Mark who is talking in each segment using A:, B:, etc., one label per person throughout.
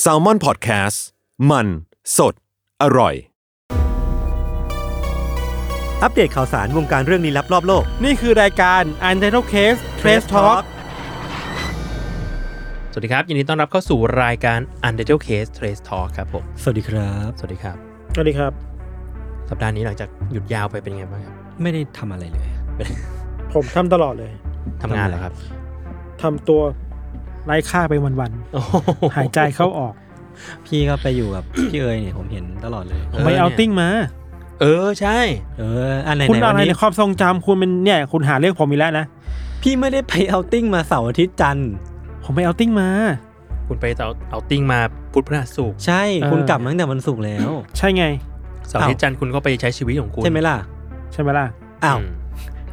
A: แซลมอนพอดแคสต์มันสดอร่อย
B: อัปเดตข่าวสารวงการเรื่องลี้ลับรอบโลก
C: นี่คือรายการ u n t i t l e Case Trace Talk สวัสดีครับ ยินดีต้อนรับเข้าสู่รายการ u n t i t l e Case Trace Talk ครับผม
B: สวัสดีครับ
C: สวัสดีครับ
D: สวัสดีครับ
C: สัปดาห์นี้หลังจากหยุดยาวไปเป็นไงบ้างครับ
B: ไม่ได้ทำอะไรเลย
D: ผมทำตลอดเลย
C: ทำงานเหรอครับ
D: ทำตัวไร้ค่าไปวัน
C: โอ้โ
D: ๆ หายใจเข้าออก
B: พี่ก็ไปอยู่กับ พี่เอ๋ยเนี่ยผมเห็นตลอดเลย
C: ออ
D: ไม่เอา
C: นี่ย
D: ติ้งมา
C: เออ ใช่
B: เอออันไหน
D: คุณ
B: ไหน
D: เอาอะ
B: วั
D: ไร
B: นนี้
D: ในความทรงจำคุณเป็นเนี่ยคุณหาเรื่องผมอีกแล้วนะ
B: พี่ไม่ได้ไปเอาติ้งมาเสาร์อาทิตย์จันทร์
D: ผมไม่เอาติ้งมา
C: คุณไปเอาเอาติ้งมาพุธพฤหัสศุกร์
B: ใช่
D: เออ
B: คุณกลับมาตั้งแต่วันศุกร์แล้ว
D: ใช่ไง
C: เสาร์อาทิตย์จันทร์คุณก็ไปใช้ชีวิตของคุณ
B: ใช่ไหมล่ะ
D: ใช่ไหมล่ะ
B: อ้าว
C: ม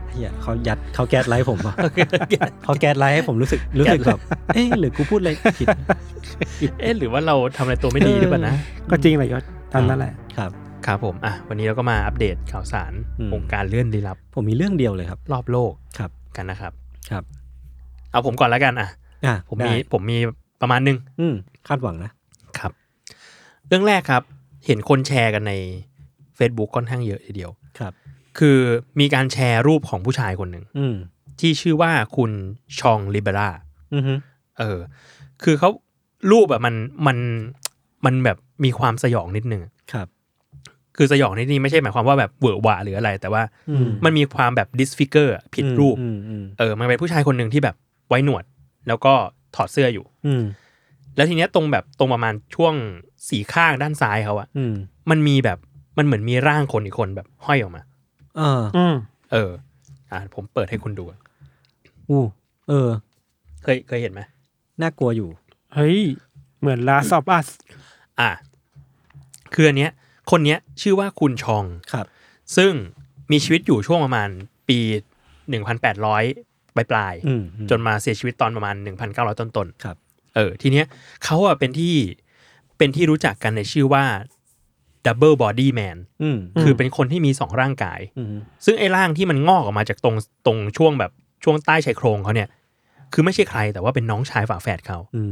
B: เหี้ยเขายัดเขาแก๊สไลท์ผมป่ะเขาแก๊สไลท์ให้ผมรู้สึกรู้สึกแบบเอ๊ะหรือกูพูดอะไรผิด
C: เอ๊ะหรือว่าเราทำอะไรตัวไม่ดีหรือเปล่านะ
D: ก็จริงแหละยศตามนั้นแหละ
B: ครับ
C: ครับผม อ่ะ วันนี้เราก็มาอัปเดตข่าวสาร
B: อืม
C: วงการเลื่อนลี้ลับ
B: ผมมีเรื่องเดียวเลยครับ
C: รอบโลก
B: ครับ
C: กันนะครับ
B: ครับ
C: เอาผมก่อนแล้วกันอ่ะ
B: อ่ะ
C: ผม
B: ได้
C: มีผมมีประมาณหนึง
B: อืมคาดหวังนะครับ
C: เรื่องแรกครับ เห็นคนแชร์กันใน Facebook ค่อนข้างเยอะทีเดียว
B: ครับ
C: คือมีการแชร์รูปของผู้ชายคนหนึ่ง
B: อืม
C: ที่ชื่อว่าคุณชองลิเบรา
B: อือฮึ
C: เออ คือเขารูปแบบมันมันมันแบบมีความสยองนิดนึงอะ
B: ครับ
C: คือสยองนิดนี้ไม่ใช่หมายความว่าแบบเหวอร์หวาหรืออะไร แต่ว่า
B: อืม
C: มันมีความแบบดิสฟิเกอร์ผิดรูป
B: อืมอืม
C: เออ มันเป็นผู้ชายคนหนึ่งที่แบบไว้หนวด แล้วก็ถอดเสื้ออยู่
B: อืม
C: แล้วทีเนี้ยตรงแบบตรงประมาณช่วงสีข้างด้านซ้ายเขาอะ
B: อืม
C: มันมีแบบมันเหมือนมีร่างคนอีกคนแบบห้อยออกมา
B: เออ
D: อืม
C: เออ อ่าผมเปิดให้คุณดูก่อน
B: อู้เออ
C: เคยเคยเห็นไหม
B: น่ากลัวอยู่
D: เฮ้ย เหมือนลาสอบอัส
C: อ่าคืออันเนี้ย คนเนี้ยชื่อว่าคุณชอง
B: ครับ
C: ซึ่งมีชีวิตอยู่ช่วงประมาณปี 1,800ปลายปลายๆ
B: อืม
C: จนมาเสียชีวิตตอนประมาณ 1,900 ต้นต้นๆ
B: ครับ
C: เออ ทีเนี้ยเขาอ่ะเป็นที่เป็นที่รู้จักกันในชื่อว่า Double Body Man
B: อืม
C: คือเป็นคนที่มีสองร่างกาย
B: อืม
C: ซึ่งไอ้ร่างที่มันงอกออกมาจากตรงตรงช่วงแบบช่วงใต้ชายโครงเขาเนี่ย คือไม่ใช่ใครแต่ว่าเป็นน้องชายฝาแฝดเขา
B: อื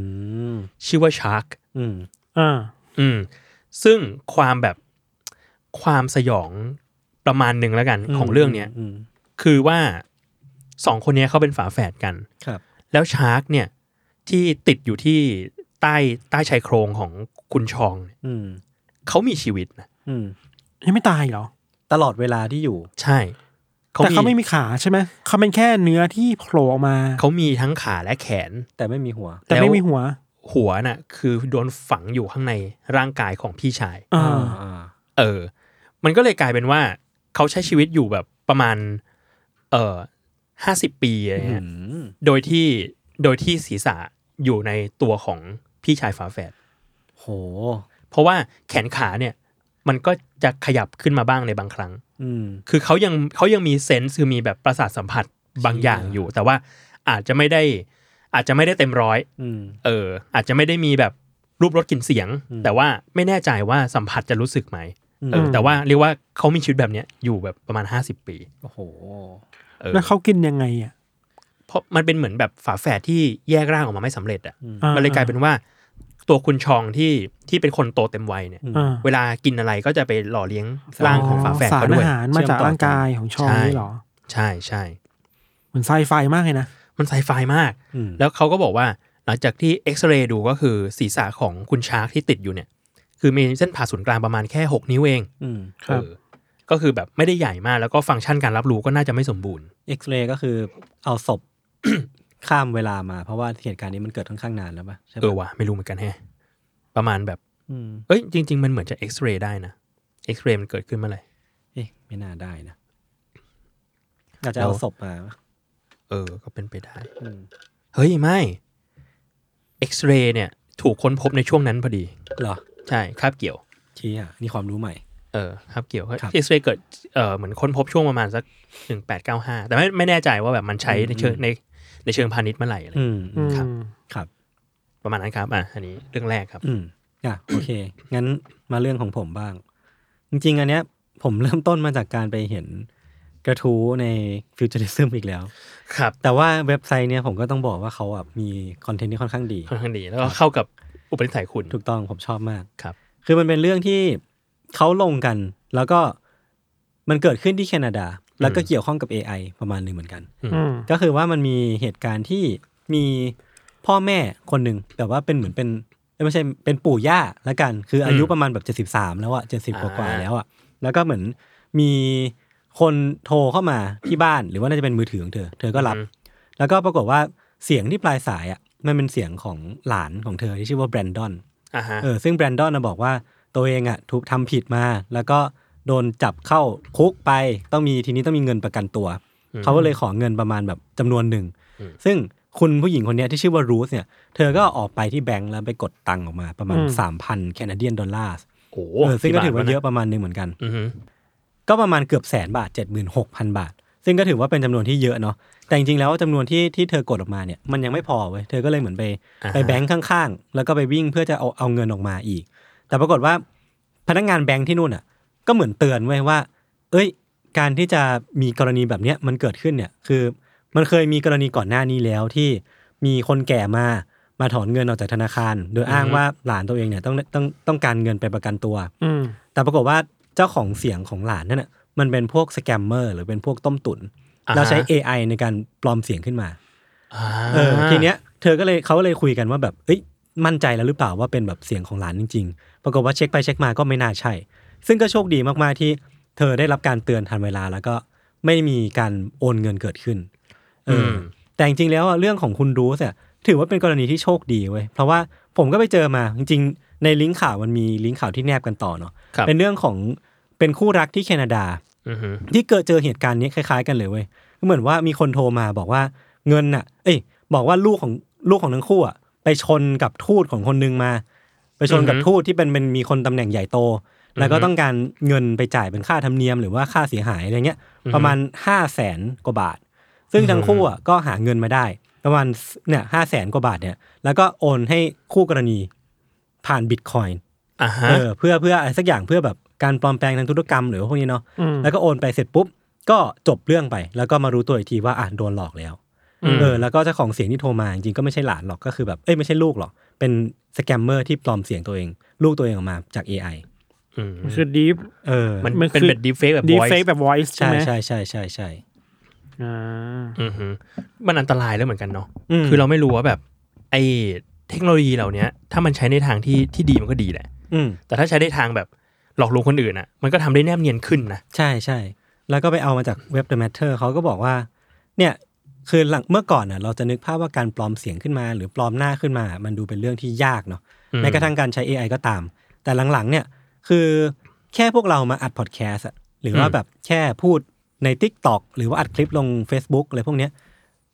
B: ม
C: ชื่อว่าชาร์ก
B: อืม
D: อ่า
C: อืม ซึ่งความแบบความสยองประมาณหนึ่งแล้วกันของเรื่องเนี้ย
B: ม
C: คือว่าสองคนเนี้ยเขาเป็นฝาแฝดกัน
B: ครับ
C: แล้วชาร์กเนี่ยที่ติดอยู่ที่ใต้ใต้ชายโครงของคุณชองเนี่ย
B: อืม
C: เขามีชีวิตนะ
B: อืม
D: ยังไม่ตายเหรอ
B: ตลอดเวลาที่อยู่
C: ใช่
D: แต่เขาไม่มีขาใช่ไหม เขาเป็นแค่เนื้อที่โผล่ออกมา
C: เขามีทั้งขาและแขน
B: แต่ไม่มีหัว
D: แต่
C: แล้ว
D: ไม่มีหัว
C: หัวน่ะคือโดนฝังอยู่ข้างในร่างกายของพี่ชาย
D: อ่า
B: อ่า
C: เออ มันก็เลยกลายเป็นว่าเขาใช้ชีวิตอยู่แบบประมาณ เออห้าสิบปีอะไร
B: อื
C: เงี้ย
B: ม
C: โดยที่โดยที่ศีรษะอยู่ในตัวของพี่ชายฝาแฝด
B: โห
C: เพราะว่าแขนขาเนี่ย มันก็จะขยับขึ้นมาบ้างในบางครั้ง
B: อืม
C: คือเขายังเขายังมีเซนส์คือมีแบบประสาทสัมผัสบางอย่างอยู่ แต่ว่าอาจจะไม่ได้อาจจะไม่ได้เต็มร้อย
B: อืม
C: เอออาจจะไม่ได้มีแบบรูปรสกลิ่นเสียง
B: อืม
C: แต่ว่าไม่แน่ใจว่าสัมผัสจะรู้สึกไหม
B: อืม
C: เออแต่ว่าเรียกว่าเขามีชีวิตแบบเนี้ยอยู่แบบประมาณ 50 ปี
B: โอ้โห
C: เออ
D: แล้วเขากินยังไงอ่ะ
C: เพราะมันเป็นเหมือนแบบฝาแฝดที่แยกร่างออกมาไม่สำเร็จอ่ะ
B: อืม
C: มันเลยกลายเป็นว่าตัวคุณชองที่ที่เป็นคนโตเต็มวัยเนี่ย
B: อืม
D: อ่า
C: เวลากินอะไรก็จะไปหล่อเลี้ยงร่างของฝาแฝด
D: สาร
C: เขาด้ว
D: อาย หารมาจาก
B: เชื่อมต่อ
D: ร่างกายของชอง
C: ใช่
D: นี่เหรอ
C: ใช่ใช่
D: เหมือนไซไฟมากเลยนะ
C: มันไซไฟมาก
B: อืม
C: แล้วเขาก็บอกว่า หลังจากที่เอ็กซเรย์ดูก็คือศีรษะของคุณชาร์กที่ติดอยู่เนี่ย คือมีเส้นผ่าศูนย์กลางประมาณแค่ 6 นิ้วเอง
B: อืม
D: ครับ
C: เออก็คือแบบไม่ได้ใหญ่มากแล้วก็ฟังก์ชันการรับรู้ก็น่าจะไม่สมบูรณ์
B: เอ็กซเรย์ก็คือเอาศพ ข้ามเวลามา เพราะว่าเหตุการณ์นี้มันเกิดค่อนข้างนานแล้วป่ะใช่
C: เออ
B: ป่ะ
C: ว่ะไม่รู้เหมือนกันแฮะประมาณแบบ
B: อืม
C: เอ้ยจริง ๆ มันเหมือนจะเอ็กซเรย์ได้นะเอ็กซเรย์มันเกิดขึ้นเมื่อไหร่
B: เอ๊ะไม่น่าได้นะอาจจะเอา
C: แล้ว
B: ศพมาป่ะ
C: เออ ก็เป็นไปได้
B: อืม
C: เฮ้ย ไม่เอ็กซเรย์เนี่ย ถูกค้นพบในช่วงนั้นพอดี
B: เหรอ
C: ใช่คาบเกี่ยว
B: เชี่ยนี่ความรู้ใหม่
C: เออคาบเกี่ยวเ
B: ครับ
C: อ็กซเรย์เกิดเออเหมือนค้นพบช่วงประมาณสักหนึ่งแปดเก้าห้าแต่ไม่ไม่แน่ใจว่าแบบมันใช้ในเชิง
B: อืม
C: ในในเชิงพาณิชย์เมื่อไหร่อะไร
B: อืม
D: อืม
B: ครับ ครับ
C: ประมาณนั้นครับ อ่ะ อันนี้เรื่องแรกครับ
B: อืมอ่ะ โอเค งั้นมาเรื่องของผมบ้าง จริง ๆ อันเนี้ย ผมเริ่มต้นมาจากการไปเห็นกระทู้ในฟิวเจอริซึมอีกแล้ว
C: ครับ
B: แต่ว่าเว็บไซต์เนี้ยผมก็ต้องบอกว่าเขาแบบมีคอนเทนต์ที่ค่อนข้างดี
C: ค่อนข้างดีแล้วก็เข้ากับอุปนิสัยคุณ
B: ถูกต้องผมชอบมาก
C: ครับ
B: คือมันเป็นเรื่องที่เขาลงกัน แล้วก็มันเกิดขึ้นที่แคนาดา แล้วก็เกี่ยวข้องกับ AI ประมาณหนึ่งเหมือนกัน
D: อืม
B: ก็คือว่ามันมีเหตุการณ์ที่มีพ่อแม่คนหนึ่งแบบว่าเป็นเหมือนเป็นเอ้ยไม่ใช่เป็นปู่ย่าละกัน คืออายุ
C: อืม
B: ประมาณแบบเจ็ดสิบสามแล้วอะเจ็ดสิบก
C: อ่า
B: ว่าๆแล้วอะแล้วก็เหมือนมีคนโทรเข้ามาที่บ้านหรือว่าน่าจะเป็นมือถือของเธอ เธอก็รับ แล้วก็ปรากฏว่าเสียงที่ปลายสายอะมันเป็นเสียงของหลานของเธอที่ชื่อว่าแบรนดอน
C: อ่าฮะ
B: เออซึ่งแบรนดอนนะบอกว่าตัวเองอ่ะถูกทำผิดมา แล้วก็โดนจับเข้าคุกไปต้องมีทีนี้ต้องมีเงินประกันตัว
C: ม
B: เขาก็เลยขอเงินประมาณแบบจำนวนหนึ่ง
C: อืม
B: ซึ่งคุณผู้หญิงคนเนี้ยที่ชื่อว่ารูสเนี่ย เธอก็ออกไปที่แบงก์แล้วไปกดตังค์ออกมาประมาณ 3,000แคนาเดียนดอลลาร์
C: โอ้โห
B: เออซึ่งก็ถือว่า
C: บท
B: เยอะประมาณหนึงเหมือนกัน
C: อือฮึ
B: ก็ประมาณเกือบแสนบาท 76,000 บาท ซึ่งก็ถือว่าเป็นจำนวนที่เยอะเนาะแต่จริงๆแล้วจำนวนที่ที่เธอกดออกมาเนี่ยมันยังไม่พอเว้ยเธอก็เลยเหมือนไป
C: อ่าฮะ
B: ไปแบงค์ข้างๆ แล้วก็ไปวิ่งเพื่อจะเอาเอาเงินออกมาอีก แต่ปรากฏว่าพนักงานแบงค์ที่นู่นอ่ะ ก็เหมือนเตือนไว้ยว่า เอ้ย การที่จะมีกรณีแบบเนี้ยมันเกิดขึ้นเนี่ย คือมันเคยมีกรณีก่อนหน้านี้แล้วที่มีคนแก่มา มาถอนเงินออกจากธนาคาร โดยอ้างว่าหลานตัวเองเนี่ยต้องต้องต้องการเงินไปประกันตัว
D: อืม
B: แต่ปรากฏว่าเจ้าของเสียงของหลานนั่นน่ะมันเป็นพวกสแกมเมอร์หรือเป็นพวกต้มตุ๋น
C: อ่าฮะ
B: แล้วใช้ AI ในการปลอมเสียงขึ้นมา
C: อ่า
B: เออทีเนี้ยเธอก็เลยเขาก็เลยคุยกันว่าแบบเอ้ยมั่นใจแล้วหรือเปล่าว่าเป็นแบบเสียงของหลานจริง ๆ ปรากฏว่าเช็คไปเช็คมาก็ไม่น่าใช่ ซึ่งก็โชคดีมากๆที่เธอได้รับการเตือนทันเวลาแล้วก็ไม่มีการโอนเงินเกิดขึ้นเอออ
C: ม
B: แต่จริงๆแล้วอะเรื่องของคุณรูสเนี่ยถือว่าเป็นกรณีที่โชคดีเว้ยเพราะว่าผมก็ไปเจอมาจริงๆ ในลิงก์ข่าวมันมีลิงก์ข่าวที่แนบกันต่อเนาะ
C: ครับ
B: เป็นเรื่องของเป็นคู่รักที่แคนาดา
C: อือฮึ
B: ที่เกิดเจอเหตุการณ์นี้คล้ายๆกันเลยเว้ยก็เหมือนว่ามีคนโทรมาบอกว่าเงินน่ะ เอ้ย บอกว่าลูกของลูกของทั้งคู่อ่ะไปชนกับทูตของคนนึงมา ไปชนกับ
C: อือฮึ
B: ทูตที่เป็นเป็นมีคนตำแหน่งใหญ่โต แล้วก็
C: อือฮึ
B: ต้องการเงินไปจ่ายเป็นค่าธรรมเนียมหรือว่าค่าเสียหายอะไรเงี้ย
C: อือฮึ
B: ประมาณห้าแสนกว่าบาท ซึ่งทั้งคู่อ่ะก็หาเงินมาได้ ประมาณเนี่ยห้าแสนกว่าบาทเนี่ย แล้วก็โอนให้คู่กรณีผ่านบิตคอยน์
C: ่าฮะ
B: เออเพื่อเพื่ออะไรสักอย่างเพื่อแบบการปลอมแปลงทางธุรกรรมหรือว่าพวกนี้เนาะ
D: อืม
B: แล้วก็โอนไปเสร็จปุ๊บ ก็จบเรื่องไป แล้วก็มารู้ตัวอีกทีว่าอ่านโดนหลอกแล้ว
C: ม
B: เออแล้วก็เจ้าของเสียงที่โทรมาจริงๆก็ไม่ใช่หลานหรอกก็คือแบบเอ้ยไม่ใช่ลูกหรอก เป็นสแกมเมอร์ที่ปลอมเสียงตัวเอง ลูกตัวเองออกมาจาก AI
C: ม
D: มันคือดีฟ
B: เออ
C: มัน
D: มัน
C: เป็น
D: คือ
C: แบบดีเฟกแบบ
D: ดี
C: voice
D: เฟกแบบ voice ใช่
B: ใช่
D: ไหม
B: ใช่ใช่ใช่ใช่
D: อ่า
C: อือฮึมันอันตรายแล้วเหมือนกันเนาะ
B: ม
C: คือเราไม่รู้ว่าแบบไอเทคโนโลยีเหล่าเนี้ยถ้ามันใช้ในทางที่ที่ดีมันก็ดีแหละ
B: อืม
C: แต่ถ้าใช้ในทางแบบหลอกลวงคนอื่นอ่ะ มันก็ทำได้แนบเนียนขึ้นนะ
B: ใช่ใช่ แล้วก็ไปเอามาจากเว็บ The Matter เขาก็บอกว่า เนี่ยคือหลังเมื่อก่อนน่ะเราจะนึกภาพว่าการปลอมเสียงขึ้นมา หรือปลอมหน้าขึ้นมา มันดูเป็นเรื่องที่ยากเนาะ
C: อืม
B: แม้กระทั่งการใช้ AI ก็ตาม แต่หลังๆ เนี่ย คือแค่พวกเรามาอัดพอดแคสต์อะหรือว่า
C: อืม
B: แบบแค่พูดใน t ิ k t o k หรือว่าอัดคลิปลง Facebook อะไรพวกเนี้ย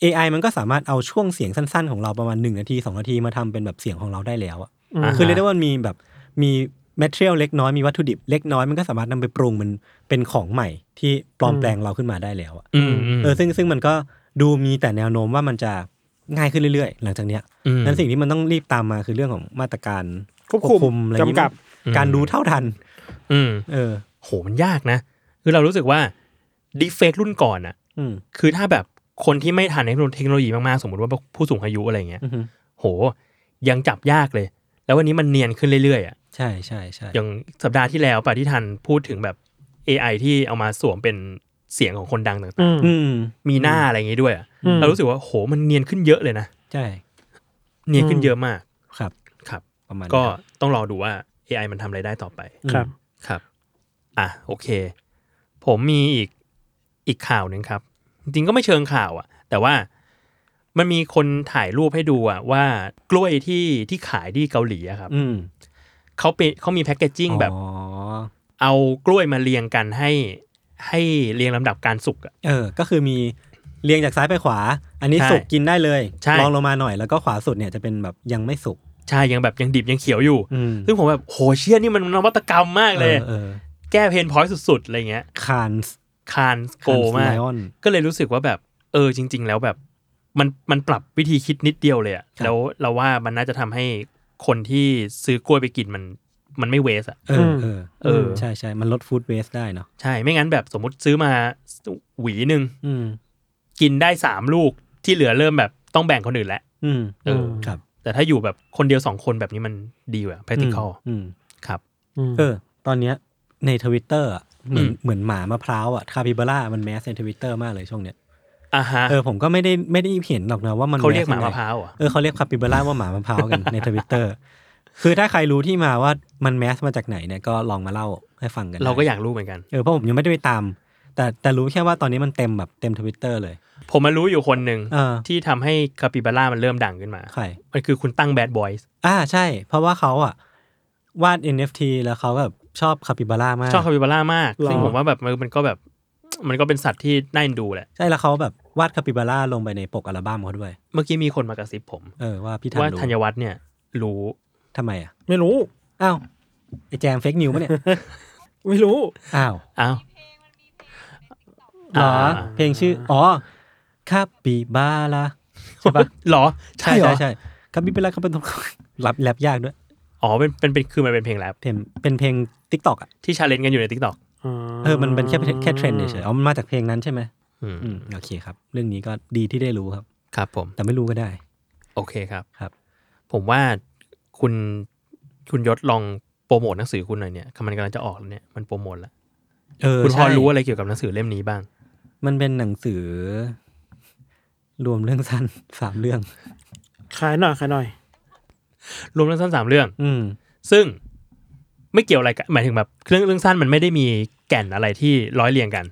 B: AI มันก็สามารถเอาช่วงเสียงสั้นๆ ของเราประมาณ 1 นาที 2 นาทีมาทำเป็นแบบเสียงของเราได้แล้วอะ
D: อืม
B: คือเรียกได้ว่ามีแบบมีแมทเ r ียลเล็กน้อย มีวัตถุดิบเล็กน้อย มันก็สามารถนำไปปรุงมันเป็นของใหม่ที่ปลอมแปลงเราขึ้นมาได้แล้วอะ
C: อืมม
B: เออซึ่งซึ่งมันก็ดูมีแต่แนวโน้มว่ามันจะง่ายขึ้นเรื่อยๆ หลังจากเนี้ย
C: อืม
B: นั้นสิ่งที่มันต้องรีบตามมาคือเรื่องของมาตรการ
D: ควบคุม
B: อะไรอย่างงี้
D: จำกัด
B: มั้ยการ
C: อืม
B: รู้เท่าทัน
C: อืม
B: เออ
C: โหมันยากนะ คือเรารู้สึกว่าดีเฟกรุ่นก่อนอ่ะ
B: อืม
C: คือถ้าแบบคนที่ไม่ทันเทคโนโลยีมากๆ สมมติว่าผู้สูงอายุอะไรเงี้ย
B: อือฮึ
C: โห ยังจับยากเลย แล้ววันนี้มันเนียนขึ้นเรื่อยๆอ่ะ
B: ใช่ใช่ใช่
C: อย่างสัปดาห์ที่แล้วปะที่ทันพูดถึงแบบ AI ที่เอามาสวมเป็นเสียงของคนดังต่าง
D: อืม
B: อืม
C: ๆ มีหน้าอะไรอย่างงี้ด้วยอะ
D: อืม
C: เรารู้สึกว่าโหมันเนียนขึ้นเยอะเลยนะ
B: ใช่
C: เนียนขึ้นเยอะมาก
B: ครับ
C: ครับ
B: ประมาณ
C: ก็
B: นั้น
C: ต้องรอดูว่า AI มันทำอะไรได้ต่อไป
D: ครับ
C: ครับ อ่ะ โอเค ผมมีอีกอีกข่าวหนึ่งครับ จริงๆก็ไม่เชิงข่าวอะแต่ว่ามันมีคนถ่ายรูปให้ดูอะว่ากล้วยที่ที่ขายที่เกาหลีอะครับ
B: อืม
C: เขาเป็นเขามีแพคเกจจิ้งแบบ
B: อ๋อ
C: เอากล้วยมาเรียงกันให้ให้เรียงลำดับการสุกอะ
B: เออ ก็คือมีเรียงจากซ้ายไปขวา อันนี้
C: ใช่
B: สุกกินได้เลย
C: ใช่
B: ลองลงมาหน่อยแล้วก็ขวาสุดเนี่ยจะเป็นแบบยังไม่สุก
C: ใช่ยังแบบยังดิบยังเขียวอยู่
B: อืม
C: ซึ่งผมแบบโหเชี่ยนี่มันนวัตกรรมมากเลย
B: ออ
C: แก้เพนพอยต์สุดๆอะไรเงี้ย
B: คานส์
C: คานโกมาก ก็เลยรู้สึกว่าแบบเออจริง ๆ แล้วแบบมันมันปรับวิธีคิดนิดเดียวเลยอะแล้วเราว่ามันน่าจะทำให้คนที่ซื้อกล้วยไปกินมันมันไม่เวสอะ
B: เออเออ
C: เออ
B: ใช่ใช่มันลดฟู้ดเวสได้เนาะ
C: ใช่ไม่งั้นแบบสมมติซื้อมาหวีหนึ่ง
B: อืม
C: กินได้สามลูกที่เหลือเริ่มแบบต้องแบ่งคนอื่นแล้ว
B: อืม
C: เออ
B: ครับ
C: แต่ถ้าอยู่แบบคนเดียวสองคนแบบนี้มันดีกว่า practical
B: อืม
C: ครับ
B: อืมเออ ตอนเนี้ยในทวิตเตอร์เหมือน
C: อืม
B: เหมือนหมามะพร้าวอ่ะคาปิบาร่ามันแมสในทวิตเตอร์มากเลยช่วงเนี้ย
C: อ่ะฮะ
B: เออผมก็ไม่ได้ไม่ได้เห็นหรอกนะว่ามัน
C: เขาเรียกหมา
B: แส
C: มะ
B: ยั
C: พ
B: งไง
C: ร้าวเหรอ่ะ
B: เออเขาเรียกคาปิบาร่าว่าหมามะพร้าวกัน ในทวิตเตอร์คือถ้าใครรู้ที่มาว่ามันแมสมาจากไหนเนี่ยก็ลองมาเล่าให้ฟังกัน
C: เราก็
B: ได้
C: อยากรู้เหมือนกัน
B: เออเพราะผมยังไม่ได้ไปตาม แต่แต่รู้แค่ว่าตอนนี้มันเต็มแบบเต็มทวิตเตอร์เลย
C: ผมมารู้อยู่คนหนึ่ง
B: เออ
C: ที่ทำให้คาปิบาร่ามันเริ่มดังขึ้นมา
B: ใคร
C: มันคือคุณตั้งแบดบอยส์
B: อ่าใช่ เพราะว่าเขาอ่ะวาด NFT แล้วเขาแบบชอบคาปิบาร่ามาก
C: ชอบคาปิบาร่ามาก
B: หรอ
C: ซึ่งผมว่าแบบมันมันก็แบบมันก็เป็นสัตว์ที่น่าเอ็นดูแหละ
B: ใช่แล้วเขาแบบวาดคาปิบาร่าลงไปในปกอัลบั้มเขาด้วย
C: เมื่อกี้มีคนมากระซิบผม
B: เออว่าพี่ทัน
C: ว่า
B: รู้
C: ธัญวัฒน์เนี่ย รู้
B: ทำไมอ่ะ
D: ไม่รู้
B: อ้าว ไอแจมเฟกนิวปะเนี่ย
D: ไม่รู้
B: อ้าว
C: อ้าว
B: เหรอ เพลงชื่อ อ๋อคาปิบาร่าใช่ปะ
C: เหรอ ใช่เหรอ
B: ใช่คาปิบาร่าเขาเป็นตัว รับแรปยากด้วย
C: อ๋อเป็นเป็นเป็นคือมันเป็นเพลงแรป
B: เพลงเป็นเพลงติกตอกอ่ะ
C: ที่ชาเลนจ์กันอยู่ในทิกตอก
B: เออ มันเป็นแค่แค่เทรนด์เฉยๆอ๋อมันมาจากเพลงนั้นใช่ไหมอืมโอเคครับ เรื่องนี้ก็ดีที่ได้รู้ครับ
C: ครับผม
B: แต่ไม่รู้ก็ได้
C: โอเคครับ
B: ครับ
C: ผมว่าคุณคุณยศลองโปรโมทหนังสือคุณหน่อยเนี่ยมันกำลังจะออกแล้วเนี่ยมันโปรโมทแล้ว
B: เออ
C: คุณพอ
B: ใช่
C: รู้อะไรเกี่ยวกับหนังสือเล่มนี้บ้าง
B: มันเป็นหนังสือ รวมเรื่องสั้น สามเรื่อง
D: ขายหน่อยขายหน่อย
C: รวมเรื่องสั้นสามเรื่อง
B: อืม
C: ซึ่งไม่เกี่ยวอะไรกันหมายถึงแบบเรื่องเรื่องสั้นมันไม่ได้มีแก่นอะไรที่ร้อยเรียงกัน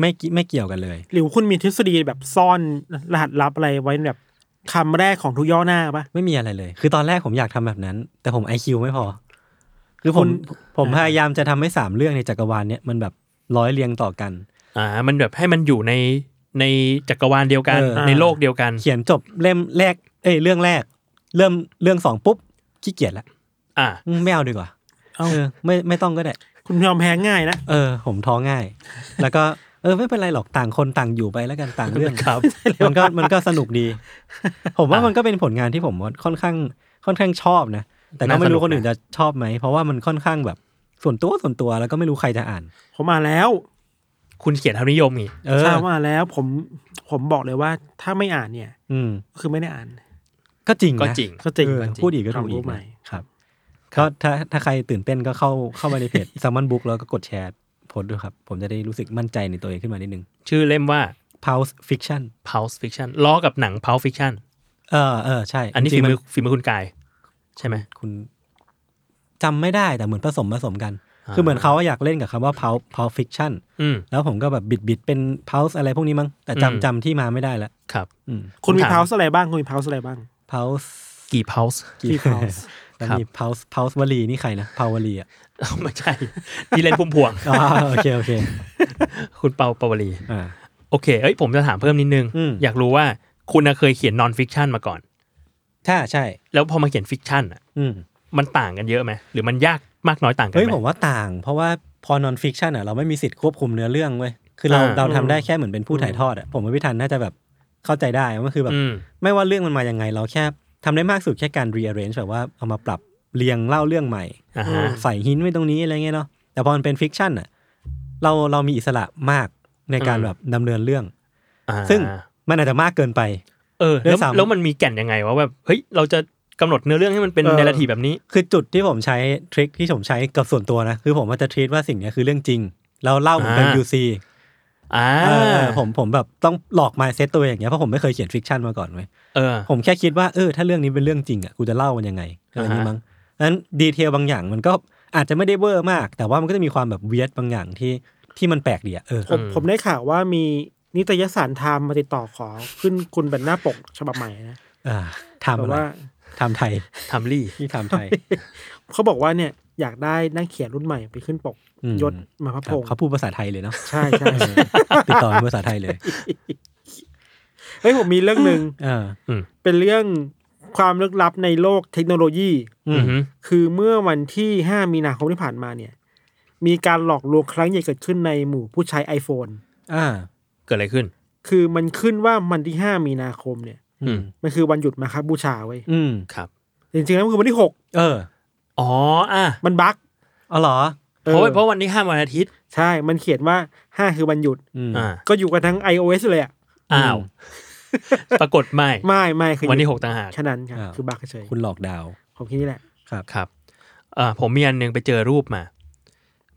B: ไม่กิไม่เกี่ยวกันเลย
D: หรือคุณมีทฤษฎีแบบซ่อนรหัสลับอะไรไว้แบบคำแรกของทุกย่อหน้าปะ
B: ไม่มีอะไรเลย คือตอนแรกผมอยากทำแบบนั้น แต่ผมไอคิวไม่พอ คือผมผมพยายามจะทำให้สามเรื่องในจักรวาลเนี้ยมันแบบร้อยเรียงต่อกัน
C: อ่ามันแบบให้มันอยู่ในในจักรวาลเดียวกัน
B: เออ
C: ในโลกเดียวกัน
B: เขียนจบเล่มแรก เอ้ยเรื่องแรก เริ่มเรื่องสองปุ๊บขี้เกียจละ
C: อ่า
B: อืมไม่เอาดีกว่า
D: เอ้า
B: เออไม่ไม่ต้องก็ได้
D: คุณยอมแพ้ง่ายนะ
B: เออ ผมท้อง่าย แล้วก็เออไม่เป็นไรหรอกต่างคนต่างอยู่ไปแล้วกันต่างเรื่อง
C: ครับ
B: มันก็มันก็สนุกดี ผมว่ามันก็เป็นผลงานที่ผมว่าค่อนข้างค่อนข้างชอบนะ แต่ก็ไม่
C: น่าส
B: รู้
C: นุกนะ
B: คนอื่นจะชอบไหม เพราะว่ามันค่อนข้างแบบส่วนตัวส่วนตัวแล้วก็ไม่รู้ใครจะอ่าน
D: ผมมาแล้ว
C: คุณเขียนทำนิยมอีก
B: เออ
D: ทราบมาแล้วผมผมบอกเลยว่าถ้าไม่อ่านเนี่ย
B: อืม
D: คือไม่ได้อ่าน
B: ก็จริงนะ
C: ก็จริง
D: ก็จริง
B: เออ
D: ก็จริง
B: พูดอีกก็ถู
D: ค
B: ก
D: วามรู้
B: อีก
D: ใหม่
B: นะครับก็ถ้าถ้าใครตื่นเต้นก็เข้าเข้ามาในเพจ s ซ m ม o นบุ๊กแล้วก็กดแชร์โพสต์ด้วยครับ ผมจะได้รู้สึกมั่นใจในตัวเองขึ้นมานิดนึง
C: ชื่อเล่มว่า
B: Pulse Fiction
C: Pulse Fiction ล้อกับหนัง Pulse Fiction
B: เออเออใช่
C: อันนี้
B: จ
C: ฝี
B: ริงๆ
C: มือ
B: มั
C: ฝีมือคุณกาย ใช่ไหม
B: คุณจำไม่ได้แต่เหมือนผสมผสมกัน
C: อ่า
B: คือเหมือนเขาอยากเล่นกับคำว่า Pulse Pulse Fiction
C: อืม
B: แล้วผมก็แบบบิดบิดๆเป็น Pulse อะไรพวกนี้มั้งแต่จำ
C: อืม
B: จำที่มาไม่ได้ละ
C: ครับ
B: อืม
D: คุณมี
C: ผมถาม
D: เพาส์อะไรบ้างคุณมีเพาส์อะไรบ้าง
B: Pulse
C: กี่ Pulse
B: กี่ Pulse แล้วมี Pulse Pulse วลีนี่ใครนะ Pulse วลีอ่ะ
C: อ้าวไม่ใช่ ที่เล่นพุ่มพวง
B: อ๋อโอเคโอเค
C: คุณเปาปาวลี
B: อ่า
C: โอเค เอ้ยผมจะถามเพิ่มนิดนึง
B: อืม
C: อยากรู้ว่าคุณน่ะเคยเขียนนอนฟิกชันมาก่อน
B: ถ้าใช่
C: แล้วพอมาเขียนฟิกชันอ่ะ
B: อืม
C: มันต่างกันเยอะไหมหรือมันยากมากน้อยต่างกัน
B: เฮ้ย
C: ไหม
B: ผมว่าต่างเพราะว่าพอนอนฟิกชันอ่ะเราไม่มีสิทธิ์ควบคุมเนื้อเรื่องเว้ยคือเรา
C: อ่า
B: เราทำได้แค่เหมือนเป็นผู้ถ่ายทอดอ่ะผมว่าพี่ทันน่าจะแบบเข้าใจได้ว่ามันคือแบบ
C: อืม
B: ไม่ว่าเรื่องมันมายังไง เราแค่ทำได้มากสุดแค่การ rearrange แบบว่าเอามาปรับเรียงเล่าเรื่องใหม่
C: อ่าฮะ
B: ใส่หินไว้ตรงนี้อะไรเงี้ยเนาะแต่พอมันเป็นฟิกชันอ่ะเราเรามีอิสระมากในการแบบดำเนินเรื่อง
C: อ่า
B: ซึ่งมันอาจจะมากเกินไป
C: เออ
B: ด้
C: แล้ว
B: วยซ้ำ
C: แล้วมันมีแก่นยังไงวะแบบเฮ้ยเราจะกำหนดเนื้อเรื่องให้มันเป็น
D: เออ
C: เนรทีแบบนี้
B: คือจุดที่ผมใช้ทริคที่ผมใช้กับส่วนตัวนะ คือผมอาจจะทรีตว่าสิ่งเนี้ยคือเรื่องจริง แล้วเล่าเหมือนเป็น
C: อ่า
B: UC
C: อ่า
B: เออผมผมแบบต้องหลอกมาเซตตัวเองอย่างเงี้ยเพราะผมไม่เคยเขียนฟิกชันมาก่อนเว้ย
C: เออ
B: ผมแค่คิดว่าเออถ้าเรื่องนี้เป็นเรื่องจริงอ่ะกูจะเล่ามันยังไงอะไรนี้
C: อ่าฮะ
B: มั้งนั้นดีเทลบางอย่างมันก็อาจจะไม่ได้เวอร์มาก แต่ว่ามันก็จะมีความแบบเวียดบางอย่างที่ที่มันแปลกดีอะเออ
D: ผม
C: อืม
D: ผมได้ข่าวว่ามีนิตยสารไทม์มาติดต่อขอขึ้นคุณเป็นหน้าปกฉบับใหม่นะ
B: อ่าทำ
D: แบบ
B: อะไร
D: ว่า
B: ทำไทย
C: ทำรี่
B: ที่ทำไทย
D: เขาบอกว่าเนี่ยอยากได้นักเขียนรุ่นใหม่ไปขึ้นปก
B: อืม
D: ยศมาพระพ
B: ครับ
D: งศ์
B: เขาพูดภาษาไทยเลยเนาะ
D: ใช่ใช่ใช่
B: ติดต่อเป็นภาษาไทยเลย
D: เฮ้ยผมมีเรื่องหนึ่ง
B: เออ
D: เป็นเรื่องความลึกลับในโลกเทคโนโลยี
B: อื
C: อื
B: ม
C: อหือ
D: คือเมื่อวันที่ 5 มีนาคมที่ผ่านมาเนี่ย มีการหลอกลวงครั้งใหญ่เกิดขึ้นในหมู่ผู้ใช้ iPhone
B: อ่า
C: เกิดอะไรขึ้น
D: คือมันขึ้นว่ามันที่ 5 มีนาคมเนี่ย
B: อืม
D: มันคือวันหยุดมาครับบูชาเว้ย
B: อืม
C: ครับ
D: จริงๆแล้วมันคือวันที่
B: เออ
C: อ๋ออ่ะ
D: 6 มันบั๊ก
B: เอาเหรอ
C: เพราะว่าเพราะวันนี้ห้ามวันอาทิตย์
D: ใช่ มันเขียนว่า 5 คือวันหยุด
B: อืม
C: อ่า
D: ก็อยู่กันทั้ง iOS เลยอ่ะ
C: อ้าว ปรากฏไม่
D: ไม่ไม่คือยุด
C: วันที่หกต่างหาก
D: แค่นั้นครับ
B: อ้าว
D: คือบั๊กเฉย
B: คุณหลอกดาว
D: ผมคิดนี่แหละ
C: ครับเอ่อผมมีอันหนึงไปเจอรูปมา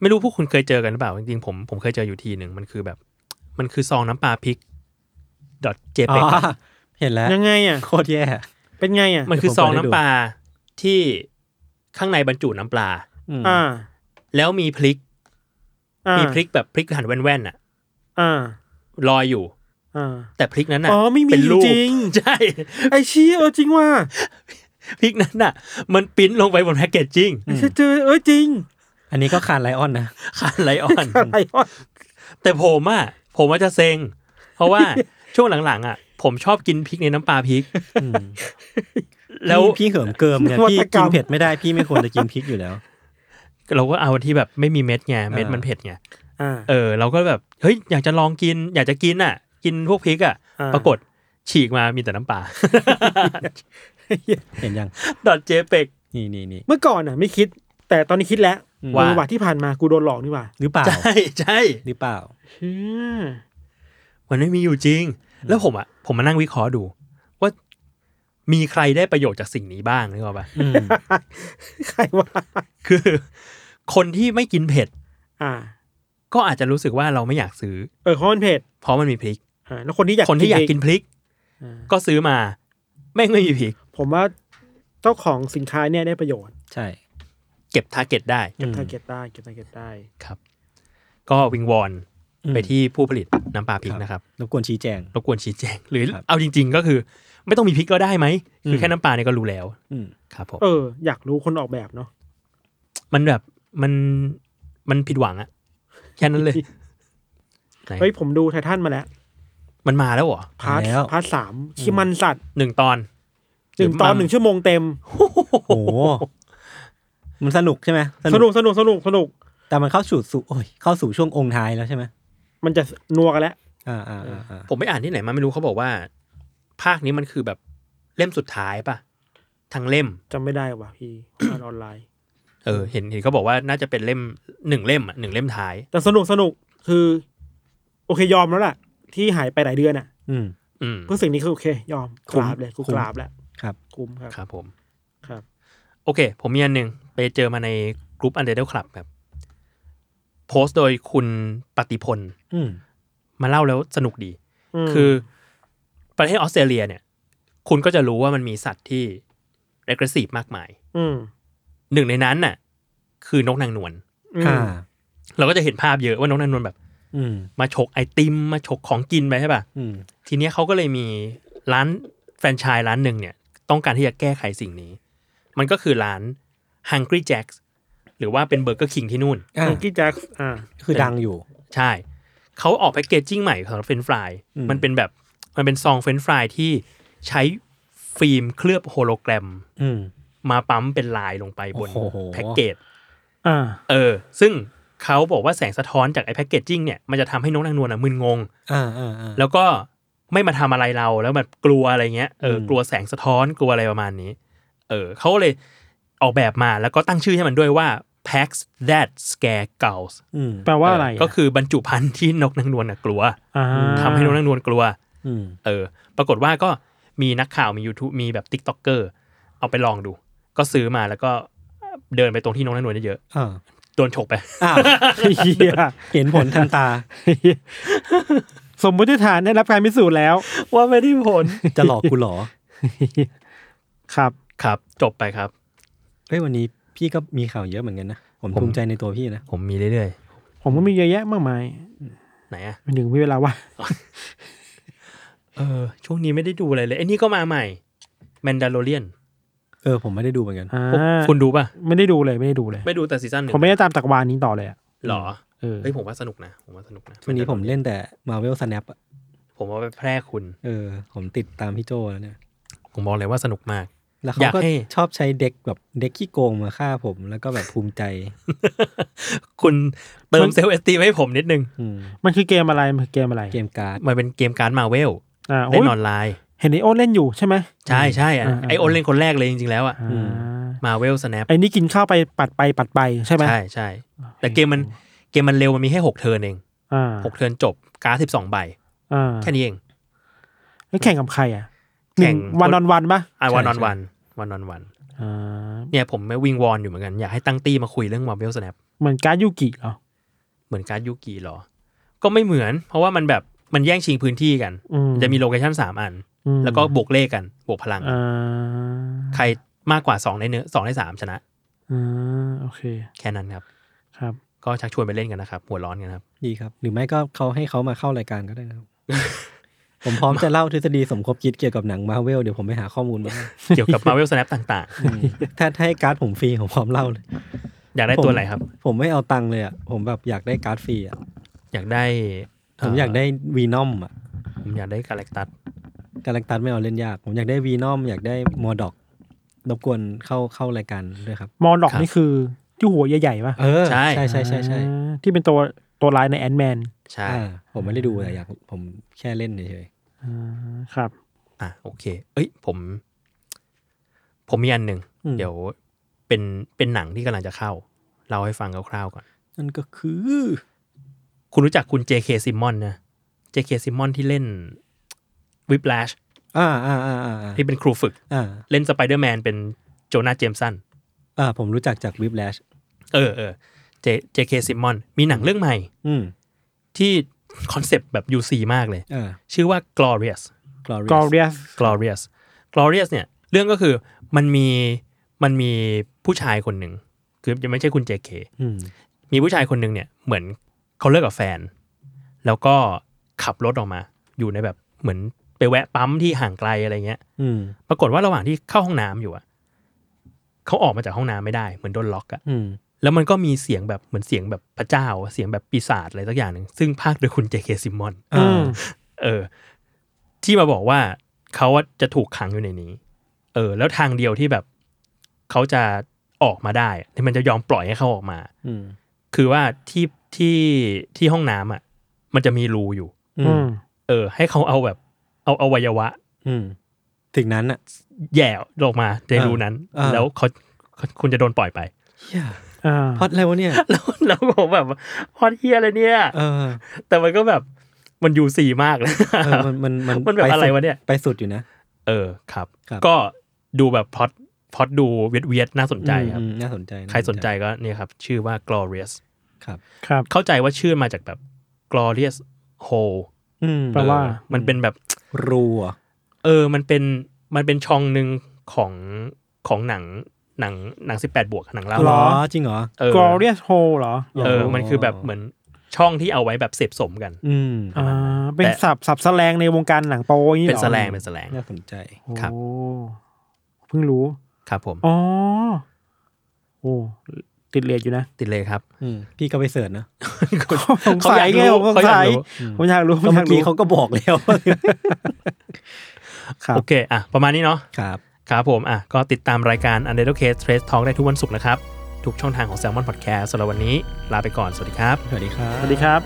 C: ไม่รู้พวกคุณเคยเจอกันหรือเปล่า จริงๆ ผมผมเคยเจออยู่ทีหนึ่งมันคือแบบ มันคือซองน้ำปลาพริก
B: อ๋
C: .jpg
B: อ
C: อะ
B: เห็นแล้ว
D: ยังไงอ่ะ
B: โคตรแย่
D: เป็นไงอ่ะ
C: มันคือ
B: เดี๋ยวผม
C: ซอง
B: เปิดให้ดู
C: น้ำปลาที่ข้างในบรรจุน้ำปลา
B: อืม
D: อ่า
C: แล้วมีพริก
D: อ่า
C: มีพริกแบบพริกหั่นแว่นๆน่ะ
D: อ่า
C: ลอยอยู่
D: อ่า
C: แต่พริกนั้นน่ะ
D: อ๋อไม่มี
C: เป็นรูป
D: จริง
C: ใช่
D: ไอเชี้เออจริงว่ะ
C: พริกนั้นน่ะ มันปริ้นลงไปบนแพคเกจจิ้ง
D: ไอ้เชี่ยเจอเออจริง
B: อันนี้ก็คานไลออนนะ
C: คาดไลออน
D: อะไรวะ
C: แต่ผมอะผมว่าจะเซ็ง เพราะว่า ช่วงหลังๆอะผมชอบกินพริกในน้ำปลาพริก
B: อืม
C: แล้ว
B: พี่พี่เหิมเกิมเนี่ยพี่กินเผ็ดไม่ได้พี่ไม่ควรจะกินพริกอยู่แล้ว
C: เราก็เอาที่แบบไม่มีเม็ดไงเม็ด
B: เออ
C: มันเผ็ดไง
D: อ่า
C: เออเราก็แบบเฮ้ยอยากจะลองกิน อยากจะกินอะกินพวกพริกอะ
D: อ่า
C: ปรากฏฉีกมามีแต่น้ำปลา
B: เห็นยัง
C: ดอทเจเปก
B: นี่นี่นี่
D: เมื่อก่อนอ่ะ ไม่คิด แต่ตอนนี้คิดแล้ว
C: ว่า
D: ว่าว่าที่ผ่านมากูโดนหลอกนี่หว่า
B: หรือเปล่า
C: ใช่ใช่
B: หรือเปล่า
D: เชี่ย
C: มันไม่มีอยู่จริง แล้วผมอะผมมานั่งวิเคราะห์ดู ว่ามีใครได้ประโยชน์จากสิ่งนี้บ้างนึกออกปะ
B: อืม
D: ใครว่า
C: คือ คนที่ไม่กินเผ็ด
D: อ่า
C: ก็อาจจะรู้สึกว่าเราไม่อยากซื้อ
D: เออคอนเพจ
C: เพราะมันมีพริก
D: อ่าแล้วคนที่อยาก
C: คนที่อยากกิน
D: เง
C: พริก
D: อ่า
C: ก็ซื้อมาแม่งไม่มีพริก
D: ผมว่าเจ้าของสินค้าเนี่ยได้ประโยชน์
B: ใช่
C: เก็บทาร์เก็ตได้
B: อืม
D: ทาเก็ตได้เก็บทาเก็ตได้
C: ครับ ก็วิงวอนไปที่ผู้ผลิตน้ำปลาพริกนะครับ
B: รบกวนชี้แจง
C: รบกวนชี้แจง หรือ
B: ครับ
C: เอาจริง ๆ ก็คือ ไม่ต้องมีพริกก็ได้ไหมคือ
B: ม
C: แค่น้ำปลาเนี่ยก็รู้แล้ว
B: อืม
C: ครับผม
D: เออ อยากรู้คนออกแบบเนาะ
C: มันแบบมันมันผิดหวังอะแค่นั้นเลยไหน
D: เฮ้ยผมดูไททันมาแล้ว
C: มันมาแล้วเหรอ
D: พาร์ท
B: แล้ว
D: พาร์ทสามขี้มันสัตว์
C: หนึ่งตอน
D: หนึ่งตอนหนึ่งชั่วโมงเต็ม
B: โอ้โห มันสนุกใช่ไหม
D: สนุกสนุกสนุกสนุก
B: แต่มันเข้าสู่สู่โอ้ยเข้าสู่ช่วงองค์ท้ายแล้วใช่ไหม
D: มันจะนัวกันแล้ว
B: อ่าอ่าอ่าอ่า
C: ผมไม่อ่านที่ไหนมาไม่รู้เขาบอกว่า ภาคนี้มันคือแบบเล่มสุดท้ายป่ะทั้งเล่ม
D: จำไม่ได้ว่ะพี่ อ่านออนไลน์
C: เออเห็นเห็นเขาบอกว่าน่าจะเป็นเล่มหนึ่งเล่มอ่ะหนึ่งเล่มท้าย
D: แต่สนุกสนุกคือ โอเคยอมแล้วล่ะ ที่หายไปหลายเดือนอ่ะ
B: อืม
C: อืม
D: เพื่อสิ่งนี้คือโอเค ยอม
B: คุ้
D: ก
B: ม
D: ราบเลยกู
B: คุ้ม
D: กราบแล้ว
B: ครับ
D: คุ้มครับ
C: ครับผม
D: ครับ
C: โอเค ผมมีอันหนึ่งไปเจอมาในกลุ่ม Untitled Club ครับ โพสต์โดยคุณปฏิพล
B: อืม
C: มาเล่าแล้วสนุกดี
D: ม
C: คือประเทศออสเตรเลียเนี่ย คุณก็จะรู้ว่ามันมีสัตว์ที่ regressive มากมาย
D: ม
C: หนึ่งในนั้นน่ะ คือนกนางนวล
D: อืม
B: อ่า
C: เราก็จะเห็นภาพเยอะว่านกนางนวลแบบ
B: อืม
C: มาฉกไอติม มาฉกของกินไปใช่ป่ะ
B: อืม
C: ทีเนี้ยเขาก็เลยมีร้านแฟรนไชส์ร้านหนึ่งเนี่ย ต้องการที่จะแก้ไขสิ่งนี้ มันก็คือร้าน Hungry Jacks หรือว่าเป็นเบอร์เกอร์คิงที่นู่น
B: อ่า
D: มังกี้แจ็คอ่า
B: คือดังอยู่
C: ใช่ เขาออกแพ็กเกจจิ้งใหม่ของเฟรนช์ฟราย
B: อืม
C: มันเป็นแบบมันเป็นซองเฟรนช์ฟรายที่ใช้ฟิล์มเคลือบโฮโลแกรม
B: อืม
C: มาปั๊มเป็นลายลงไปบน
B: โอ้โห
C: แพ็กเกจ
D: อ่า
C: เออ ซึ่งเขาบอกว่าแสงสะท้อนจากไอ้แพ็กเกจจิ้งเนี่ยมันจะทำให้น้องนางนวลอะมึนงง
B: อ่าอ่าอ่า
C: แล้วก็ไม่มาทำอะไรเราแล้วแบบกลัวอะไรเงี้ยเออ
B: อืม
C: กลัวแสงสะท้อนกลัวอะไรประมาณนี้ เออเขาเลยออกแบบมาแล้วก็ตั้งชื่อให้มันด้วยว่า packs that scare gulls
B: อืม
D: แปลว่าอะไร
C: เก็คือบรรจุภัณฑ์ที่นกนางนวลน่ะกลัว
D: อ่า
C: ทำให้นกนางนวลกลัว
B: อืม
C: เออ ปรากฏว่าก็มีนักข่าวมี YouTube มีแบบ t ิ k t o k e r เอาไปลองดู ก็ซื้อมาแล้วก็เดินไปตรงที่นกนางนวลเยอะ
B: อ่า
C: ๆ โดนฉกไป
B: อ้าว
D: เฮีย
B: เห็นผลทันตา
D: สมมติฐานได้รับการพิสูจน์แล้ว
C: ว่าไม่ได้ผล
B: จะหลอกกูเหรอ
D: ครับ
C: ครับ จบไปครับ
B: เฮ้ยวันนี้พี่ก็มีข่าวเยอะเหมือนกันนะ ผม
C: ผม
B: ภูมิใจในตัวพี่นะ
C: ผมมีเรื่อย
D: ผมก็มีเยอะแยะมากมาย
C: ๆไหนอะ
D: วันหนึ่งมีเวลาว่าง
C: เออช่วงนี้ไม่ได้ดูอะไรเลยไอ้นี่ก็มาใหม่แมนดาโลเรียน
B: เออผมไม่ได้ดูเหมือนกัน
D: อ่า
C: คุณดูป่ะ
D: ไม่ได้ดูเลยไม่ได้ดูเลย
C: ไม่ดูแต่ซีซั่นหนึ่ง
D: ผมไม่ได้ตามจักรวาลนี้ต่อเลยอ่ะ
C: หรอ
D: เออ
C: เฮ้ยผมว่าสนุกนะผมว่าสนุกนะ
B: ช่วงนี้ผมเล่นแต่ Marvel Snap อะ
C: ผมว่าไปแพร่คุณ
B: เออ ผมติดตามพี่โจแล้วเนี่ย
C: ผมบอกเลยว่าสนุกมาก
B: แล้ว
C: อ
B: เขา
C: ยาก
B: ก็
C: ให้
B: ชอบใช้เด็กแบบเด็กขี้โกงมาฆ่าผม แล้วก็แบบภูมิใจ
C: คุณเติมเซลล์เอสตีให้ผมนิดนึง
B: อืม
D: มันคือเกมอะไรมันคือเกมอะไร
B: เกมการ์ด
C: มันเป็นเกมการ์ดมาเวล
D: อ่าโอ้
C: เล่
D: ย
C: นออนไลน์
D: เห็นไอโอตเล่นอยู่ใช่ไหม
C: ใช่ใช่อะ
D: อ่าอ่า
C: ไอโอนเล่นคนแรกเลยจริงๆแล้วอะ
D: อ่า
C: มาเวลสแนป
D: ไอ้นี่กินข้าวไปปัดไปปัดไปใช่ไหม
C: ใช่ใช่แต่เกมมันเกมมันเร็วมันมีแค่หกเทิร์นเอง
D: อ่า
C: หกเทิร์นจบการ์ดสิบสองใบ
D: อ่า
C: แค่นี้เอง
D: แล้วแข่งกับใครอ่ะ
C: แข่ง
D: หนึ่วันนอนวันปะ
C: ไอวันนอนวันวันนอนวัน
D: อ่า
C: เนี่ยผมไม่วิงวอนอยู่เหมือนกัน อยากให้ตั้งตี้มาคุยเรื่องมาเวลสแนป
D: เหมือนการดยูกิเหรอ
C: เหมือนการดยูกิเหรอ ก็ไม่เหมือน เพราะว่ามันแบบมันแย่งชิงพื้นที่กัน
D: อื
C: จะมีโลเคชั่นสามอัน
D: อืม
C: แล้วก็บวกเลขกันบวกพลัง
D: อ่า
C: ใครมากกว่าสองในเนื้อสองในสามชนะ
D: อ่าโอเค
C: แค่นั้นครับ
D: ครับ
C: ก็ชักชวนไปเล่นกันนะครับหัวร้อนกันครับ
B: ดีครับ หรือไม่ก็เขาให้เขามาเข้ารายการก็ได้นะครับ ผมพร้อมจะเล่าทฤษฎีสมคบคิดเกี่ยวกับหนังมาเวลเดี๋ยวผมไปหาข้อมูลมาให้
C: เกี่ยวกับมาเวลสแนปต่าง
B: อืม ถ้าให้การ์ดผมฟรีผมพร้อมเล่าเลย
C: ๆ อยากได้ตัวอะไรครับ
B: ผมไม่เอาตังค์เลยอ่ะ ผมแบบอยากได้การ์ดฟรีอ่ะ
C: อยากได้
B: ผ
C: เ
B: มอยากได้วีนอมอ่ะ
C: ผมอยากได้กาแล็กตัส
B: กาแลังตันไม่เอาเล่นยาก ผมอยากได้วีนอมอยากได้มอดอกรบกวนเข้าเข้ารายการด้วยครับ
D: มอร์ดอกนี่คือที่หัวใหญ่ๆปะ
B: เออ ใช่ใช่ใช่ใช่ใช่
D: อ่าที่เป็นตัวตัวร้ายในแอนแมน
C: ใช่
B: อ่าผมไม่ได้ดูแต่อยากผมแค่เล่นเฉย
D: อ่าครับ
C: อ่ะโอเค เอ้ยผม ผมมีอันหนึ่ง
B: ๆอืม
C: เดี๋ยวเป็นเป็นหนังที่กำลังจะเข้า เราให้ฟังคร่าวๆก่อน
B: นั่นก็คือ
C: คุณรู้จักคุณ JK ซิมมอนนะ JK ซิมมอนที่เล่นวิป a s h
B: อ่าอ่าอ่าอ่าอ่า
C: ที่เป็นครูฝึก
B: อ่า
C: เล่นสไปเดอร์แมนเป็นโจนาเจมสัน
B: อ่าผมรู้จักจากวิบแลช
C: เออเออเจเจเคซิมอนมีหนังเรื่องใหม่
B: อืม
C: ที่คอนเซปต์แบบ UC มากเลย
B: อ่า
C: ชื่อว่า glorious
B: glorious
D: กอเรียส
C: glorious glorious เนี่ย เรื่องก็คือมันมีมันมีผู้ชายคนหนึ่ง คือยังไม่ใช่คุณ JK
B: อืม
C: มีผู้ชายคนหนึ่งเนี่ยเหมือนเขาเลิกกับแฟน แล้วก็ขับรถออกมา อยู่ในแบบเหมือนไปแวะปั๊มที่ห่างไกลอะไรเงี้ย
B: อืม
C: ปรากฏว่าระหว่างที่เข้าห้องน้ำอยู่อะเขาออกมาจากห้องน้ำไม่ได้เหมือนโดนล็อกอะ
B: อืม
C: แล้วมันก็มีเสียงแบบเหมือนเสียงแบบพระเจ้าอะเสียงแบบปีศาจอะไรสักอย่างหนึ่งซึ่งภาคโดยคุณเจเคซิมอน
B: อ่า
C: เออ ที่มาบอกว่าเขาอะจะถูกขังอยู่ในนี้ เออ แล้วทางเดียวที่แบบเขาจะออกมาได้อะที่มันจะยอมปล่อยให้เขาออกมา
B: อืม
C: คือว่าที่ที่ที่ห้องน้ำอ่ะ มันจะมีรูอยู่
B: อื
D: อื
B: ม
D: ม
C: เออ ให้เขาเอาแบบ เอาอวัยวะ
B: อืมถึงนั้นอ่ะ
C: แหย่ลงมาในรูนั้น
B: อ่า
C: แล้วเขาเขาคุณจะโดนปล่อยไป
B: เฮีย
D: อ่า
B: พอดอะไรวะเนี่ย
C: แล้วแล้วผมแบบว่าพอดเฮียอะไรเนี่ย
B: เออ
C: แต่มันก็แบบมันยูซีมาก เลย
B: เออมันมันมัน
C: มันแบบ
B: ปสุ
C: อะ
B: ด
C: ไรวะเนี่ย
B: ไปสุดอยู่นะ
C: เออครับ
B: ครับ
C: ก็ดูแบบพล็อดพล็อดดูเวียดเวียดน่าสนใจครับ
B: อืมอืมน่าสนใจ
C: ใครสนใจก็เนี่ยครับ ชื่อว่า glorious
B: ครับ
D: ครับ
C: เข้าใจว่าชื่อมาจากแบบ glorious hole
B: อืม
D: แปลว่า
C: เออมันเป็นแบบ
B: รูเหรอ
C: เออ มันเป็นมันเป็นช่องหนึ่งของของหนังหนังหนังสิบแปดบวกหนังเล่า
B: หรอจริงเหรอ
C: เออก
D: อเรียสโฮเหรอ
C: เออ มันคือแบบเหมือนช่องที่เอาไว้แบบเสพสมกัน
B: อืม
D: อ่า
C: แต่
D: เป็นสับสับแสลงในวงการหนังโปอย่างนี้เหร
C: เป็
D: อน
C: แสลงเป็นแสลง
B: น่าสนใจ
C: ครับ
D: โอ้เพิ่งรู้
C: ครับผม
D: อ๋อ โอ้ติดเลดอยู่นะ
C: ติดเลยครับ
B: อืมพี่ก็ไปเสิร์ชนะ
D: ผมสายไงผม
C: เขาอยาก
D: สาย
C: รู้
D: ผมอยากรู้ผ
B: ก็
D: มอ
B: เมื่
D: ยา
B: อก กี้
D: รู้
B: เขาก็บอกแล้ว
D: ครับ
C: โอเคอ่ะประมาณนี้เนาะ
B: ครับ
C: ครับผม อ่ะ ก็ติดตามรายการ u n d e r t a l Case Trace Talk ได้ทุกวันศุกร์นะครับ ทุกช่องทางของ Salmon Podcast สำหรับวันนี้ ลาไปก่อน สวัสดีครับ
B: สวัสดีครับ
D: สวัสดีครับ